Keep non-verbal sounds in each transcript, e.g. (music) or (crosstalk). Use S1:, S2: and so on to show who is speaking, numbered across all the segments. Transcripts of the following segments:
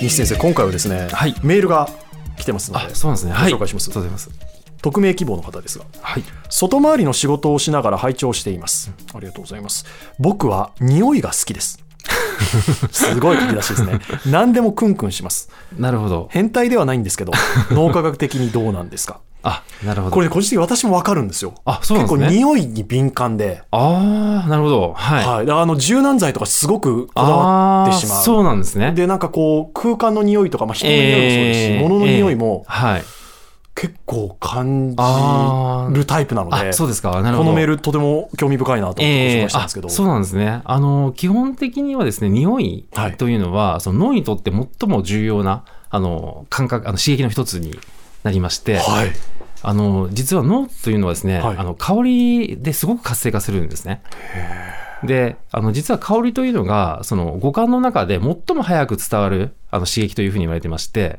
S1: 西先生、今回はですね、
S2: はい
S1: メールが来てますの
S2: あ、
S1: で、
S2: そうなんですね。
S1: ご
S2: はい。
S1: 紹介します
S2: ありがとうございます。
S1: 匿名希望の方ですが、
S2: はい。
S1: 外回りの仕事をしながら拝聴しています。ありがとうございます。僕は匂いが好きです。
S2: (laughs)
S1: すごい書き出しですね。何でもクンクンします。
S2: なるほど。
S1: 変態ではないんですけど、
S2: (laughs)
S1: 脳科学的にどうなんですか
S2: あ、なるほど。
S1: これ、個人的に私もわかるんですよ。
S2: あ、そうなんです
S1: 結構
S2: ね。
S1: 匂いに敏感で、
S2: ああ、なるほど。はい。
S1: はい、あの柔軟剤とかすごくこだわ
S2: あ
S1: っ
S2: あ
S1: てしまう。
S2: そうなんですね。
S1: で、なんかこう、空間の匂いとか、まあ、人の匂いもそうですし、
S2: えー
S1: 物の匂いも
S2: えーはい。
S1: 結構感
S2: あ
S1: じるタイプなので、
S2: あ、そうですか。なる
S1: こ
S2: ほど。
S1: のメールとても興味深いなと思って
S2: え
S1: ご紹
S2: え
S1: 介したんですけど、
S2: あそうなんですね。あの、基本的にはですね、匂い
S1: はい
S2: というのは、その脳にとって最も重要な、あの、感覚、あの刺激の一つになりまして、
S1: はい。
S2: あの、実は脳というのはですね、
S1: はい
S2: あの、香りですごく活性化するんですね。で、あの、実は香りというのが、その、五感の中で最も早く伝わる、あの、刺激というふうに言われてまして、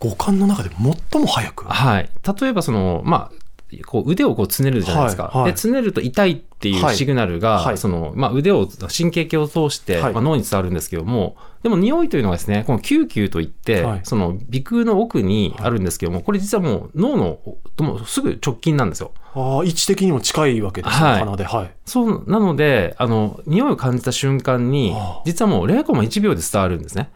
S1: 五感の中で最も早く。
S2: はい。例えば、その、まあ、こう腕をこうつねるじゃないですか、
S1: はいはい
S2: でつねると痛いってい
S1: はいう
S2: シグナルが、
S1: はい
S2: そのまあ、腕を神経系を通して、
S1: はい
S2: まあ、脳に伝わるんですけどもでも匂いというのがですねこのキューキューといって、
S1: はい
S2: その鼻腔の奥にあるんですけどもこれ実はもう脳のもうすぐ直近なんですよ
S1: ああ、位置的にも近いわけですね、
S2: はい
S1: 鼻で。はい。
S2: そうなのであの匂いを感じた瞬間に
S1: ああ
S2: 実はもう0コマ1秒で伝わるんですね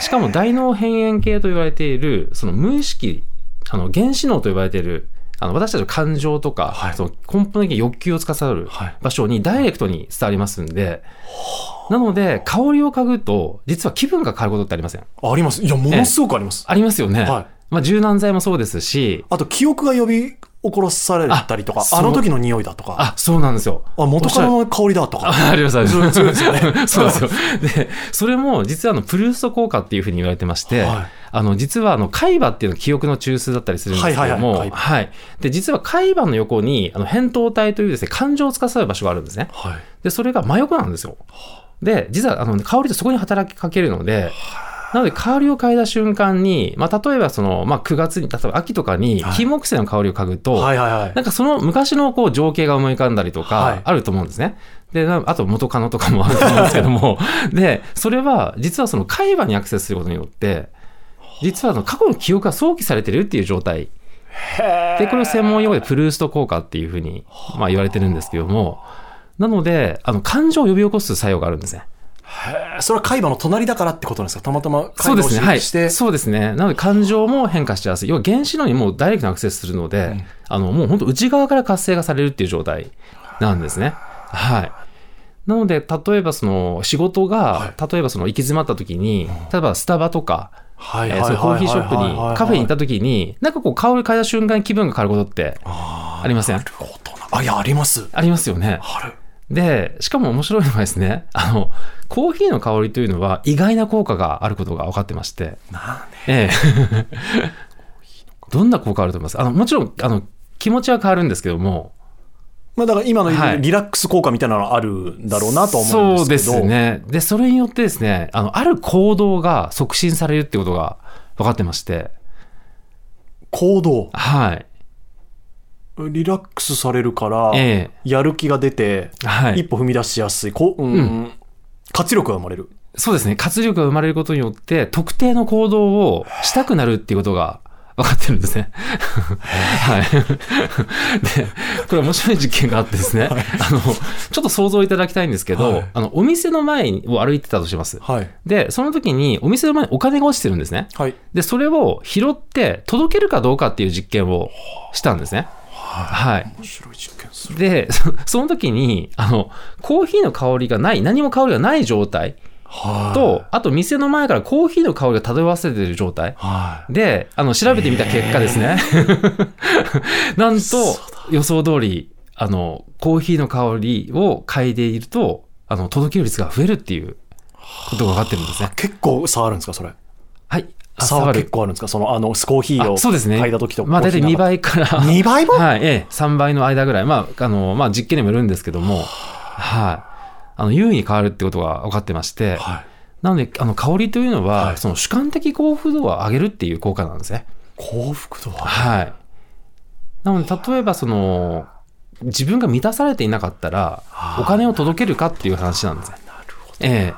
S2: しかも大脳辺縁系と言われているその無意識あの原子脳と言われているあの私たちの感情とか、
S1: はい
S2: その根本的に欲求を司る
S1: はい。
S2: 場所にダイレクトに伝わりますんで、なので香りを嗅ぐと実は気分が変わることってありません
S1: あります。いや、ものすごくあります。
S2: ありますよね、
S1: はい。
S2: まあ、柔軟剤もそうですし
S1: あと、記憶が呼び起こらされたりとか
S2: あ、
S1: あ
S2: そう
S1: の時の匂いだとか、
S2: あそうなんですよ
S1: あ、元からの香りだとか。
S2: あありますあります
S1: そうですよね。
S2: (laughs) そうなんですよ。で、それも実はあのプルースト効果っていうふうに言われてまして、
S1: はい
S2: あの実はあの海馬っていうのは記憶の中枢だったりするんですけども、
S1: はい
S2: はい
S1: はいはい海馬
S2: で実は海馬の横にあの扁桃体というですね感情を司る場所があるんですね。
S1: はい。
S2: でそれが真横なんですよ。で実はあの香りとそこに働きかけるので。なので香りを嗅いだ瞬間に、まあ、例えばその、まあ、9月に例えば秋とかに
S1: はい
S2: 金木犀の香りを嗅ぐと、
S1: はいはいはい。
S2: なんかその昔のこう情景が思い浮かんだりと
S1: はい
S2: かあると思うんですね。で、なあと元カノとかもあると思うんですけども、 (laughs) で、それは実はその海馬にアクセスすることによって、実はその過去の記憶が想起されてるっていう状態。で、これを専門用語でプルースト効果っていうふうに、まあ、言われてるんですけども、なので、あの、感情を呼び起こす作用があるんですね。
S1: それは海馬の隣だからってことなんですかたまたま海
S2: そう
S1: 馬
S2: で
S1: を
S2: すね。
S1: 刺
S2: はい。
S1: 激して、
S2: そうですね。なので感情も変化しやすい。要は原子炉にもうダイレクトにアクセスするので、あの、もう本当内側から活性化されるっていう状態なんですね。はい。なので、例えばその仕事が、例えばその行き詰まった時に、例えばスタバとか、
S1: は
S2: えーそのコーヒーショップに、カフェに行った時に、なんかこう香り嗅いだ瞬間に気分が変わることってありません
S1: なるほどなあ、いや、あります。
S2: ありますよね。
S1: ある。
S2: で、しかも面白いのがですね、あの、コーヒーの香りというのは意外な効果があることが分かってまして。
S1: なんで (laughs)
S2: ええ。どんな効果あると思いますあのもちろんあの気持ちは変わるんですけども、
S1: まあだから今の言う
S2: はい
S1: リラックス効果みたいなのはあるんだろうなと思うん
S2: そう
S1: で
S2: です
S1: けど。
S2: すね。で、それによってですね、あのある行動が促進されるってことが分かってまして、
S1: 行動。
S2: はい。
S1: リラックスされるから、
S2: え
S1: やる気が出て、
S2: え。は
S1: 一
S2: い。
S1: 歩踏み出しやすい。こう、うん活力が生まれる。
S2: そうですね。活力が生まれることによって、特定の行動をしたくなるっていうことが分かってるん
S1: (laughs)
S2: ですね。はい。で、これ面白い実験があってですね、あの、ちょっと想像いただきたいんですけど、
S1: はい
S2: あの、お店の前を歩いてたとします。
S1: はい。
S2: で、その時にお店の前にお金が落ちてるんですね。
S1: はい。
S2: で、それを拾って届けるかどうかっていう実験をしたんですね。はい。
S1: 面白い実験する。
S2: で、そその時に、あの、コーヒーの香りがない、何も香りがない状態
S1: はい。
S2: と、あと店の前からコーヒーの香りが漂わせてる状態。
S1: はい。
S2: で、あの、調べてみた結果ですね。 (laughs) なんと、予想通り、あの、コーヒーの香りを嗅いでいると、あの、届ける率が増えるっていうことが分かってるんですね。
S1: 結構差あるんですか、それ。
S2: はい。あ
S1: 差
S2: 触
S1: は
S2: る
S1: 結構あるんですかその、あの、コーヒーを
S2: あそうですね。
S1: 嗅いだ時と
S2: まあ大体2。倍から。
S1: 2倍も
S2: はい、ええ、3倍の間ぐらい。まあ、あの、まあ実験にもよるんですけども、はい。あの、優位に変わるってことが分かってまして、
S1: はい。
S2: なので、あの、香りというのは、
S1: はい
S2: その主観的幸福度を上げるっていう効果なんですね。
S1: 幸福度は
S2: はい。なので、例えばその、自分が満たされていなかったら、お金を届けるかっていう話なんですね。なるほど。ええ。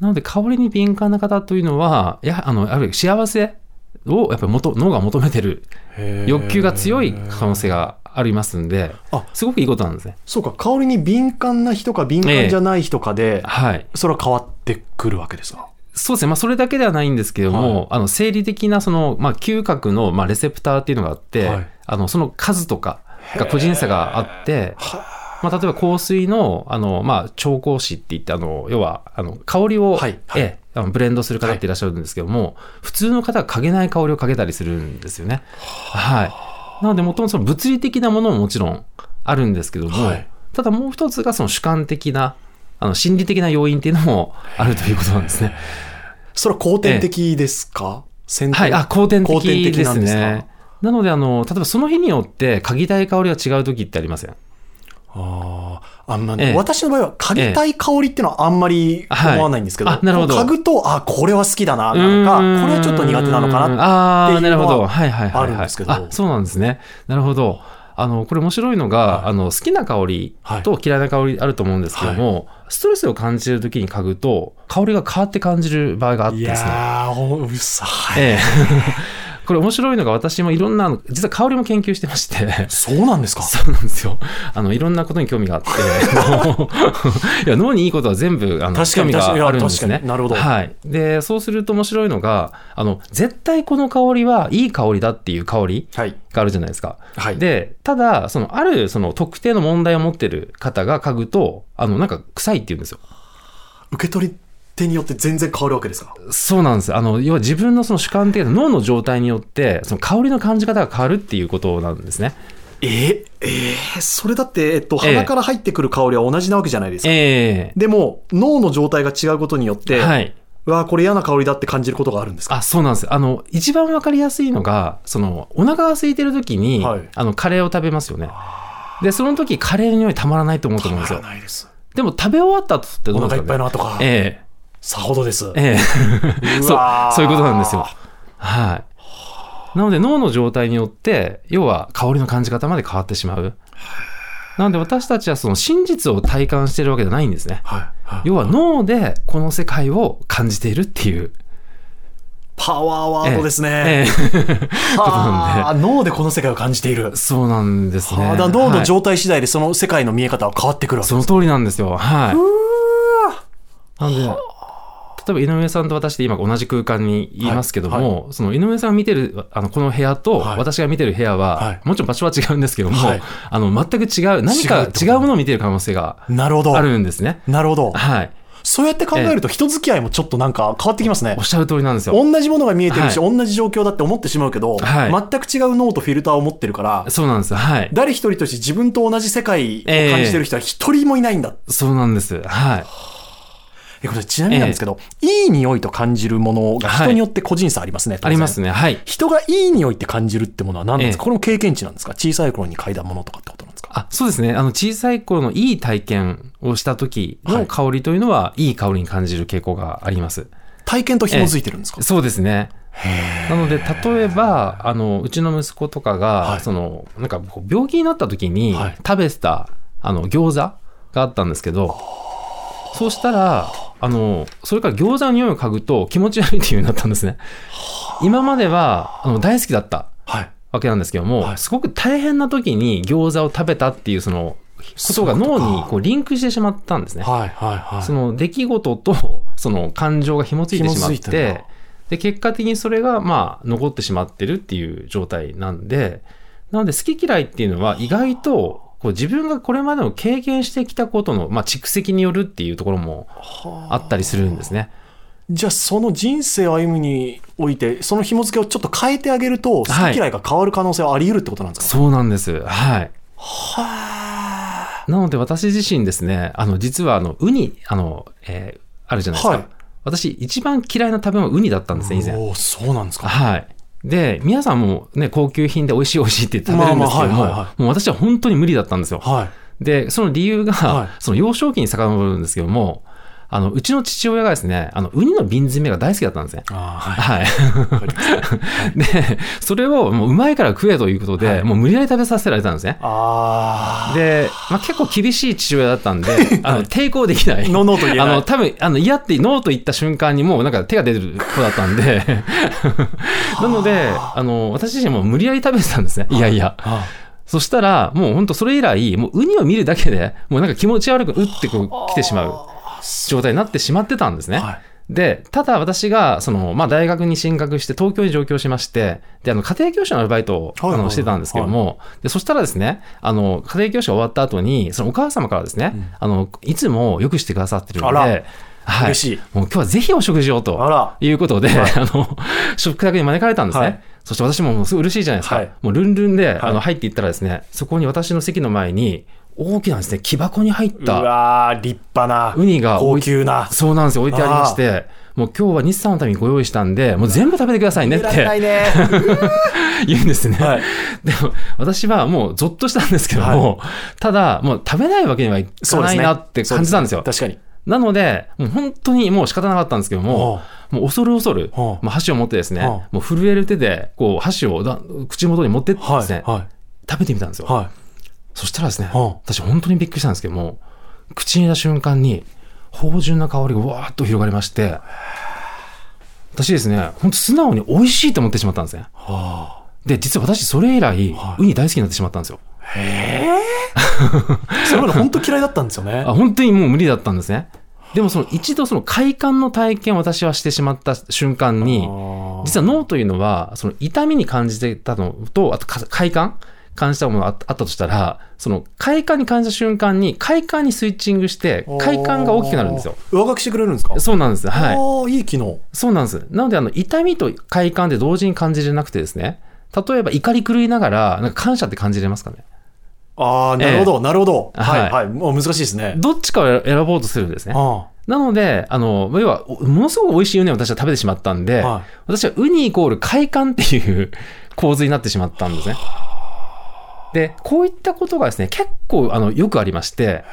S2: なので香りに敏感な方というのは、やはあの、やはり幸せをやっぱり元脳が求めてる
S1: へー
S2: 欲求が強い可能性がありますんで、
S1: あ
S2: すごくいいことなんですね。
S1: そうか香りに敏感な人か敏感じゃない人かで、
S2: はい。
S1: それは変わってくるわけですか
S2: そうですね。まあ、それだけではないんですけども、あの、生理的な、その、まあ、嗅覚の、まあ、レセプターっていうのがあって、
S1: はい
S2: あの、その数とかが個人差があって、まあ、例えば香水の、あの、まあ、調香師って言って、あの、要は、あの、香りを、
S1: はいはい
S2: ええあのブレンドする方っていらっしゃるんですけども、普通の方は嗅げない香りを嗅げたりするんですよね。はい。なので、もともとその物理的なものももちろんあるんですけども、
S1: はい
S2: ただもう一つがその主観的な、あの、心理的な要因っていうのもあるということなんですね。
S1: それは後天的ですか、先天
S2: はい、あ、後天
S1: 後天
S2: 的
S1: 的
S2: で
S1: なん
S2: す
S1: ですか
S2: ね。なので、あの、例えばその日によって嗅ぎたい香りが違う時ってありません。
S1: あーあんま
S2: ええ
S1: 私の場合は嗅ぎたい香りっていうのはあんまり
S2: はい
S1: 思わないんですけど,、
S2: あなるほど
S1: 嗅ぐとあこれは好きだななのか
S2: うーん
S1: これはちょっと苦手なのかな
S2: あ
S1: ってい
S2: ー
S1: うのは
S2: なるほど。はいはいはい、はい。
S1: あるんですけど
S2: あ、そうなんですね。なるほど。あの、これ面白いのが、あの、好きな香りと嫌いな香りあると思うんですけども、ストレスを感じる時に嗅ぐと、香りが変わって感じる場合があって
S1: い
S2: で
S1: や
S2: すね。
S1: ーおうさい、
S2: ええ。 (laughs) これ面白いのが、私もいろんな、実は香りも研究してまして。
S1: そうなんですか
S2: (laughs) そうなんですよ。あの、いろんなことに興味があって、あの (laughs) いや脳にいいことは全部、あの、
S1: 確か
S2: 興
S1: に
S2: 味があるんです
S1: 確か
S2: ね。
S1: になるほど
S2: はい。で、そうすると面白いのが、あの、絶対この香りはいい香りだっていう香り
S1: はい
S2: があるじゃないですか。
S1: はい
S2: で、ただ、その、ある、その、特定の問題を持ってる方が嗅ぐと、あの、なんか、臭いって言うんですよ。
S1: 受け取り手によって全然変わるわけですか
S2: そうなんです。あの、要は自分のその主観的な脳の状態によって、その香りの感じ方が変わるっていうことなんですね。
S1: ええーそれだって、えっと、
S2: ええ
S1: 鼻から入ってくる香りは同じなわけじゃないですか。
S2: ええ
S1: でも、脳の状態が違うことによって、
S2: はい。
S1: わあ、これ嫌な香りだって感じることがあるんですか
S2: あそうなんですあの一番わかりやすいのがそのお腹が空いてる時に、
S1: はい
S2: あのカレーを食べますよねでその時カレーの匂いたまらないと思うと思うんですよ
S1: ないです。
S2: でも食べ終わった後って
S1: お
S2: どうなんで
S1: 腹いっ
S2: すか、ね、
S1: ぱいの後か。
S2: え
S1: さほどです。
S2: えええそうそういうことなんですよ
S1: は
S2: はいなので脳の状態によって要は香りの感じ方まで変わってしまうなので私たちはその真実を体感してるわけじゃないんですね
S1: いはい。
S2: 要は脳でこの世界を感じているっていう
S1: パワーワードですね。
S2: (laughs) ええ
S1: はあ脳でこの世界を感じている。
S2: そうなんですね
S1: はあだから脳
S2: は
S1: の
S2: い
S1: 状態次第でその世界の見え方は変わってくるわけ
S2: そ
S1: で
S2: の
S1: す。
S2: 通りなんですよ。はい。なんで、例えば井上さんと私って今同じ空間にいますけども、その井上さんが見てる、あの、この部屋と
S1: はい
S2: 私が見てる部屋は、
S1: はい
S2: もちろん場所は違うんですけども、
S1: はい
S2: あの、全く違う、何
S1: 違う
S2: か
S1: ってこと
S2: 違うものを見てる可能性が
S1: なるほど
S2: あ。るんですね。
S1: なるほど。
S2: はい。
S1: そうやって考えると人付き合いもちょっとなんか変わってきますね
S2: おっ。しゃる通りなんですよ。
S1: 同じものが見えてるし、
S2: は
S1: 同じ状況だって思ってしまうけど、
S2: はい
S1: 全く違う脳とフィルターを持ってるから、
S2: そうなんです。はい。
S1: 誰一人として自分と同じ世界を感じてる人は一人もいないんだ。
S2: そうなんです。はい。
S1: えこれちなみになんですけど、いい匂いと感じるものが人によって個人差ありますね。当
S2: あ
S1: 然
S2: りますね。はい。
S1: 人がいい匂いって感じるってものは何なんですか、
S2: ええ
S1: これも経験値なんですか小さい頃に嗅いだものとかってことなんですか
S2: あそうですね。あの、小さい頃のいい体験をした時の香りというのは、いい香りに感じる傾向があります。
S1: 体験と紐づいてるんですか、
S2: そうですね。なので、例えば、あの、うちの息子とかが、
S1: はい
S2: その、なんかこう、病気になった時に
S1: はい、
S2: 食べてた、あの、餃子があったんですけど、そうしたら、あの、それから餃子の匂いを嗅ぐと気持ち悪いっていうようになったんですね。今までは、あの、大好きだった
S1: はい。
S2: わけなんですけども、
S1: はい
S2: すごく大変な時に餃子を食べたっていう、その、ことが脳にこうリンクしてしまったんですね。
S1: はい、はい、
S2: そ
S1: は
S2: の出来事とその感情が紐付いてしまっ
S1: 紐付いてんだ
S2: て、で、結果的にそれがまあ残ってしまってるっていう状態なんで、なので好き嫌いっていうのは意外とこう自分がこれまでの経験してきたことの、まあ、蓄積によるっていうところもあったりするんですね。
S1: い。じゃあ、その人生を歩むにおいて、その紐付けをちょっと変えてあげると、好
S2: はい
S1: き嫌いが変わる可能性はあり得るってことなんですか
S2: そうなんです。はい。
S1: はあ
S2: なので私自身ですね、あの実はあのウニ、あの、えーあるじゃないですか。
S1: はい
S2: 私一番嫌いな食べ物はウニだったんですね、以前。
S1: おーそうなんですか
S2: はい。で、皆さんもね、高級品で美味しい美味しいって食べるんです
S1: ま
S2: けど
S1: あまあ
S2: も、
S1: はいはいは
S2: もう私は本当に無理だったんですよ。
S1: はい。
S2: で、その理由が、
S1: はい
S2: その幼少期に遡るんですけども、あの、うちの父親がですね、あの、ウニの瓶詰めが大好きだったんですね。
S1: あ (laughs)
S2: はい。
S1: あ、はい。
S2: (laughs) で、それをもううまいから食えということで、
S1: はい
S2: もう無理やり食べさせられたんですね。
S1: あ
S2: で、まあ、結構厳しい父親だったんで、あの抵抗できない。
S1: あ、ノーノーと言え
S2: あ
S1: な
S2: の、
S1: い。
S2: 多分、あの、嫌って、ノーと言った瞬間にもうなんか手が出てる子だったんで、なので、あの、私自身も無理やり食べてたんですね。いやいや。
S1: あ
S2: そしたら、もう本当それ以来、もうウニを見るだけで、もうなんか気持ち悪く、うってこう、来てしまう
S1: あ
S2: 状態になってしまってたんですね。
S1: はい
S2: で、ただ私が、その、まあ、大学に進学して、東京に上京しまして、で、あの、家庭教師のアルバイトを、
S1: はいはい
S2: あの、してたんですけども、で、そしたらですね、あの、家庭教師が終わった後に、そのお母様からですね、あの、いつもよくしてくださってるの
S1: あ
S2: で、
S1: ら
S2: は
S1: 嬉しい。
S2: もう今日はぜひお食事を
S1: あ
S2: と。
S1: ら、
S2: いうことで、
S1: はい
S2: あの、食卓に招かれたんですね。
S1: はい
S2: そして私ももうすごい嬉しいじゃないですか。
S1: はい
S2: もうルンルンで、あ
S1: は
S2: の、
S1: い
S2: 入っていったらですね、そこに私の席の前に、大きなですね、木箱に入っ
S1: う
S2: た
S1: わー立派な、
S2: ウニが置
S1: 高
S2: いて
S1: 級な。
S2: そうなんですよ、置いてありまして、もう今日は西さんのためにご用意したんで、もう全部食べてくださいねっ
S1: 見られない
S2: て
S1: ね。
S2: (laughs) 言うんですね。
S1: はい
S2: でも、私はもうゾッとしたんですけども、ただ、もう食べないわけにはいかないなって感じたんですよ。
S1: 確かに。
S2: なので、もう本当にもう仕方なかったんですけども、もう恐る恐る、
S1: は
S2: もう箸を持ってですね
S1: はあ、
S2: もう震える手で、こう箸をだ口元に持ってって
S1: は
S2: です
S1: い。
S2: ね、
S1: は
S2: 食べてみたんです
S1: い。
S2: よ。
S1: は
S2: そしたらですね、
S1: は
S2: 私本当にびっくりしたんですけども、口に入れた瞬間に、芳醇な香りがわーっと広がりまして、私ですね、本当素直に美味しいと思ってしまったんですね。
S1: あ。
S2: で、実は私それ以来、
S1: は
S2: ウニ大好きになってしまったんですよ。
S1: それまで本当嫌いだったんですよね
S2: あ。本当にもう無理だったんですね。でもその一度その快感の体験を私はしてしまった瞬間に、実
S1: は、
S2: は脳というのは、その痛みに感じてたのと、あとか快感感じたものがああったとしたら、その快感に感じた瞬間に、快感にスイッチングして、快感が大きくなるんですよ。
S1: あー。上書きしてくれるんですか
S2: そうなんです。はい。
S1: い。いい機能。
S2: そうなんです。なので、あの、痛みと快感で同時に感じれなくてですね、例えば怒り狂いながら、なんか感謝って感じれますかね。
S1: ああ、なるほど、なるほど。は
S2: はい
S1: い、はい。もう難しいですね。
S2: どっちかを選ぼうとするんですね。
S1: あ
S2: なので、あの、要は、おものすごく美味しいウニを私は食べてしまったんで、
S1: はい
S2: 私はウニイコール快感っていう (laughs) 構図になってしまったんですね。で、こういったことがですね、結構、あの、よくありまして、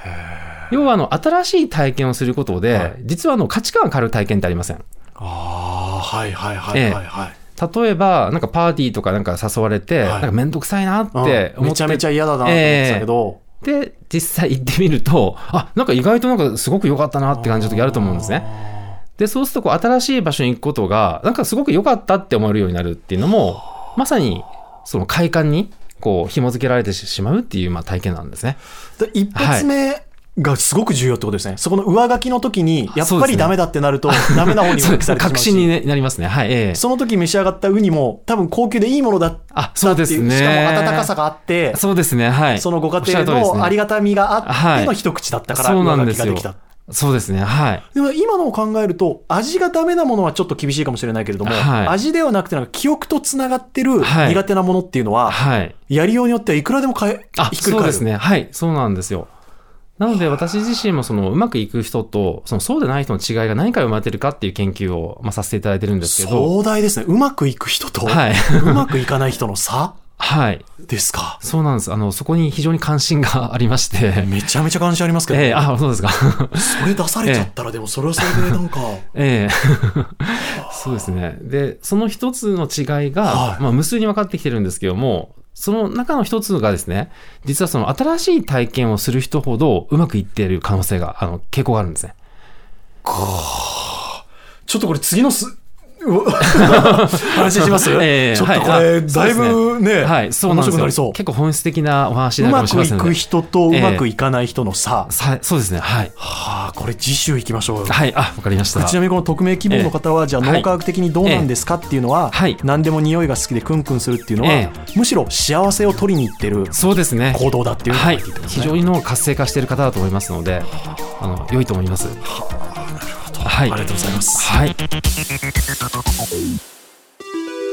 S2: 要は、あの、新しい体験をすることで、
S1: はい
S2: 実は、あの、価値観が変わる体験ってありません。
S1: あー、はいはいはいはいはい。
S2: 例えば、なんかパーティーとかなんか誘われて、
S1: はい
S2: なんかめんどくさいなって
S1: うん
S2: 思
S1: め
S2: っ
S1: ちゃめちゃ
S2: て、
S1: 嫌だなと思ってたけど。
S2: で、実際行ってみると、あ、なんか意外となんかすごく良かったなって感じの時あると思うんですね。
S1: ね。
S2: で、そうするとこう新しい場所に行くことが、なんかすごく良かったって思えるようになるっていうのも、まさにその快感にこう紐付けられてしまうっていうまあ体験なんですね。
S1: で一発目がすごく重要ってことですね。そこの上書きの時に、やっ
S2: そう
S1: ぱ
S2: で
S1: り
S2: すね
S1: ダメだって
S2: (laughs)
S1: なると、ダメな方に
S2: そう
S1: 上書
S2: で
S1: き
S2: す
S1: されてしまう
S2: 確
S1: し。
S2: 信にねなりますね。はい。ええ
S1: その時召し上がったウニも、多分高級でいいものだっ
S2: あ、そ
S1: た
S2: う
S1: って
S2: で
S1: い
S2: す
S1: う、
S2: ね。
S1: しかも温かさがあって、
S2: そうですね。はい。
S1: そのご家庭
S2: おっしゃる通りですね
S1: のありがたみがあっての一口だったから、
S2: そう
S1: 上
S2: なん
S1: 書
S2: で
S1: きが
S2: す
S1: で
S2: よ
S1: きた。。
S2: そうですね。はい。
S1: でも今のを考えると、味がダメなものはちょっと厳しいかもしれないけれども、
S2: はい
S1: 味ではなくて、なんか記憶とつながってる
S2: はい
S1: 苦手なものっていうのは、
S2: はい。
S1: やりようによってはいくらでも変え、
S2: あ、
S1: ひっくり
S2: そう
S1: 返
S2: で
S1: る。
S2: すね。はい。そうなんですよ。なので私自身もそのうまくいく人とそのそうでない人の違いが何から生まれてるかっていう研究をまあさせていただいてるんですけど。
S1: 壮大ですね。うまくいく人と、
S2: はい。
S1: うまくいかない人の差
S2: はい。
S1: ですか。
S2: そうなんです。あの、そこに非常に関心があ (laughs) りまして。
S1: めちゃめちゃ感心ありますけど、
S2: ええあ、そうですか。 (laughs)
S1: それ出されちゃったら、でもそれはそれでなんか、
S2: ええ (laughs) そうですね。で、その一つの違いが、
S1: はい
S2: まあ、無数に分かってきてるんですけども、その中の一つがですね、実はその新しい体験をする人ほどうまくいっている可能性が、あの、傾向があるんですね。
S1: ちょっとこれ次のす、う
S2: (laughs)
S1: わ話します、
S2: ええ
S1: ちょっとこれ、
S2: はいあ
S1: だいぶね、
S2: はい、そうなんで
S1: 面白くな
S2: すよ。
S1: りそう。
S2: 結構本質的なお話に
S1: う
S2: なるか
S1: ま
S2: も
S1: くい
S2: しれません
S1: く
S2: ね。
S1: 人とうまくいかない人の差。
S2: さそうですね。はい。
S1: はあ、これ次週行きましょうよ。
S2: はい、あ、わかりました。
S1: ちなみにこの匿名希望の方は、じゃあ
S2: はい
S1: 脳科学的にどうなんですかっていうのは、
S2: はい
S1: 何でも匂いが好きでクンクンするっていうのは、
S2: え
S1: むしろ幸せを取りに行ってる
S2: そうですね。
S1: 行動だっていうのを
S2: は
S1: 書
S2: い
S1: いていって、ます
S2: 非
S1: ね。
S2: 常に脳活性化している方だと思いますので、あの良いと思います。は
S1: あ
S2: い、
S1: りがとうございます。
S2: はい、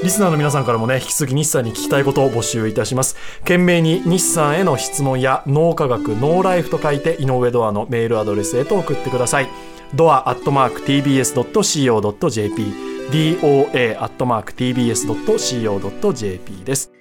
S1: リスナーの皆さんからもね、引き続き日産に聞きたいことを募集いたします。懸命に日産への質問や、脳科学、ノーライフと書いて、井上ドアのメールアドレスへと送ってください。ドアアットマーク TBS.CO.JP、DOA アットマーク TBS.CO.JP です。